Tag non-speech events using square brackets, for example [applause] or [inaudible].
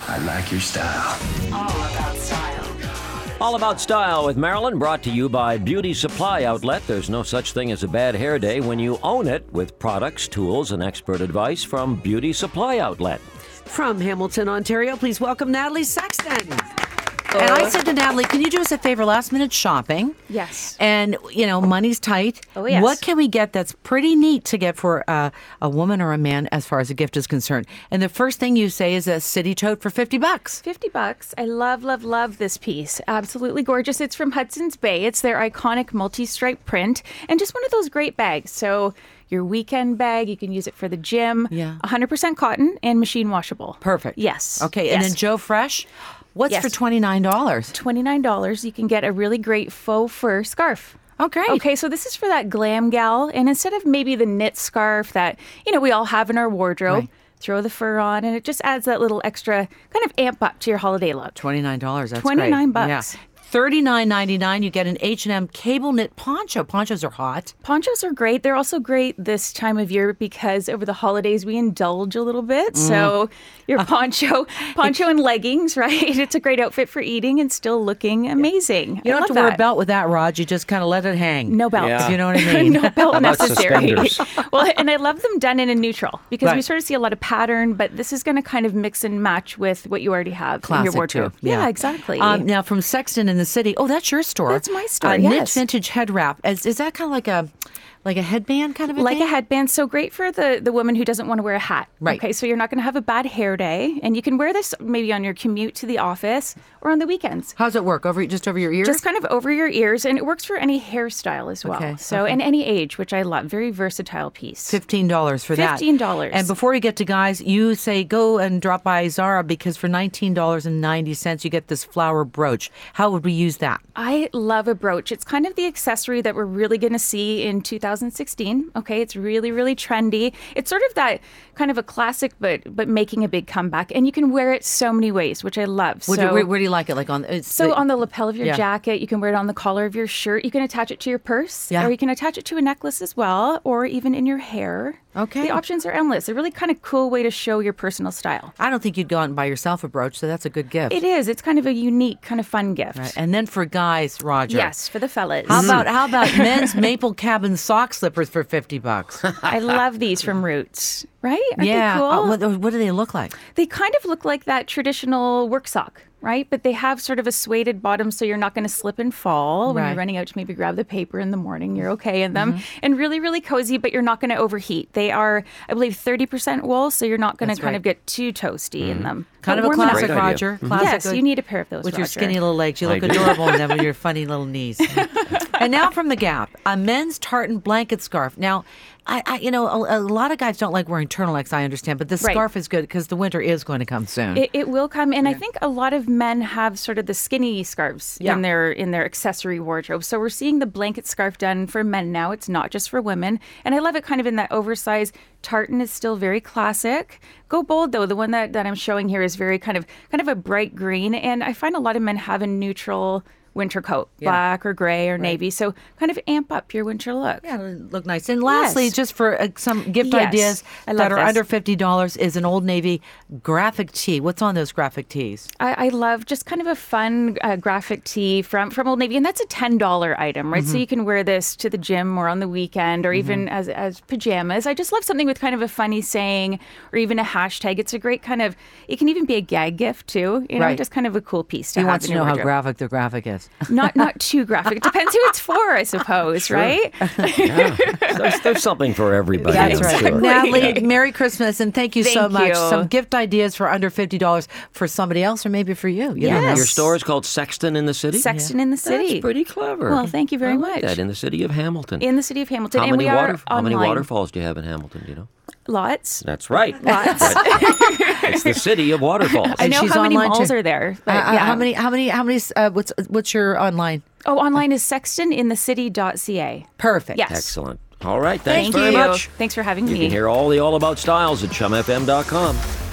I like your style. All about style. All About Style with Marilyn, brought to you by Beauty Supply Outlet. There's no such thing as a bad hair day when you own it with products, tools, and expert advice from Beauty Supply Outlet. From Hamilton, Ontario, please welcome Natalie Sexton. And Uh-huh. I said to Natalie, can you do us a favor last minute shopping? Yes. And, you know, money's tight. Oh, yes. What can we get that's pretty neat to get for uh, a woman or a man as far as a gift is concerned? And the first thing you say is a city tote for 50 bucks. 50 bucks. I love, love, love this piece. Absolutely gorgeous. It's from Hudson's Bay. It's their iconic multi stripe print and just one of those great bags. So, your weekend bag, you can use it for the gym. Yeah. 100% cotton and machine washable. Perfect. Yes. Okay. And Yes. then Joe Fresh, what's Yes. for $29? $29, you can get a really great faux fur scarf. Oh, great. Okay, so this is for that glam gal. And instead of maybe the knit scarf that, you know, we all have in our wardrobe, Right. throw the fur on and it just adds that little extra kind of amp up to your holiday look. $29. That's great. $29 Yeah. bucks. $39.99, you get an H&M cable knit poncho. Ponchos are hot. Ponchos are great. They're also great this time of year because over the holidays we indulge a little bit. Mm. So [laughs] your Uh, poncho, poncho and leggings, [laughs] right? It's a great outfit for eating and still looking amazing. You I don't have to love wear a that. belt with that, Rod. You just kind of let it hang. No belt. If You know what [laughs] I mean? no belt about necessary. suspenders? [laughs] well, and I love them done in a neutral because we Right. sort of see a lot of pattern, but this is going to kind of mix and match with what you already have in Classic your wardrobe. too. Yeah. exactly. Um, now from Sexton in the city. Oh, that's your store. That's my store, Uh, Knit yes. vintage head wrap. Is, is that kind of like a like a headband kind of a like a thing? headband so great for the the woman who doesn't want to wear a hat Right. okay so you're not going to have a bad hair day and you can wear this maybe on your commute to the office or on the weekends How's it work? Over just over your ears? just kind of over your ears and it works for any hairstyle as well Okay, so and any age which i love very versatile piece Fifteen dollars for that. $15. And before we get to guys, you say go and drop by Zara because for nineteen dollars and ninety cents you get this flower brooch. How would we use that? I love a brooch. It's kind of the accessory that we're really going to see in 2016. Okay, it's really really trendy. It's sort of that kind of a classic, but but making a big comeback, and you can wear it so many ways, which I love. Would you- so, where, where do you like it? Like on it's so on the lapel of your yeah. jacket, you can wear it on the collar of your shirt. You can attach it to your purse, Yeah. or you can attach it to a necklace as well, or even in your hair. Okay. the options are endless. A really kind of cool way to show your personal style. I don't think you'd go out and buy yourself a brooch, so that's a good gift. It is. It's kind of a unique, kind of fun gift. Right. And then for guys, Roger. Yes, for the fellas. Mm. How about how [laughs] about men's maple cabin sock slippers for fifty bucks? [laughs] I love these from Roots. Right? Aren't yeah. They cool? Uh, what, what do they look like? they kind of look like that traditional work sock, right? But they have sort of a sueded bottom, so you're not going to slip and fall when Right. Mm-hmm. you're running out to maybe grab the paper in the morning. You're okay in them, and really, really cozy. But you're not going to overheat. They are, I believe, 30% wool, so you're not going to That's right. kind Mm-hmm. of get too toasty in them. Kind of But a warm enough. classic, Great idea. Mm-hmm. Roger. Classic Yes, good- you need a pair of those, With your Roger. skinny little legs, you I look do. adorable in them [laughs] with your funny little knees. and now from the Gap, a men's tartan blanket scarf. Now, I, I you know, a, a lot of guys don't like wearing turtlenecks. I understand, but this Right. scarf is good because the winter is going to come soon. It, it will come, and I think a lot of men have sort of the skinny scarves Yeah. in their in their accessory wardrobe. So we're seeing the blanket scarf done for men now. It's not just for women, and I love it kind of in that oversized tartan is still very classic. Go bold though. The one that, that I'm showing here is very kind of kind of a bright green, and I find a lot of men have a neutral winter coat, black or gray or navy. So kind of amp up your winter look. Yeah, it'll look nice. And lastly, Yes. just for uh, some gift Yes. ideas I that love are this. under fifty dollars, is an Old Navy graphic tee. What's on those graphic tees? I, I love just kind of a fun uh, graphic tee from from Old Navy, and that's a ten dollar item, right? Mm-hmm. So you can wear this to the gym or on the weekend, or even as as pajamas. I just love something with kind of a funny saying or even a hashtag. It's a great kind of. It can even be a gag gift too, you know, Right. just kind of a cool piece to He have wants in to your know how wardrobe. graphic the graphic [laughs] is. not not too graphic. It depends who it's [laughs] for, I suppose, right? There's, there's something for everybody. That's I'm right. sure. [laughs] Natalie, Merry Christmas and thank you so Thank much. you. Some gift ideas for under $50 for somebody else or maybe for you. you don't know. Your store is called Sexton in the City? Sexton in the city. That's pretty clever. Well, thank you very I like much. that, in the city of Hamilton. in the city of Hamilton, how and many we are water, How many online. waterfalls do you have in Hamilton, do you know? [laughs] Lots. That's right. Lots. it's the city of waterfalls. [laughs] I know she's how many online too. malls are there. Uh, but uh, yeah. How many? How many? How many? Uh, what's what's your online? Oh, online is sextoninthecity.ca. Perfect. Yes. Excellent. All right. Thanks Thank very you. much. Thanks for having You me. can hear all the All About Styles at chumfm.com.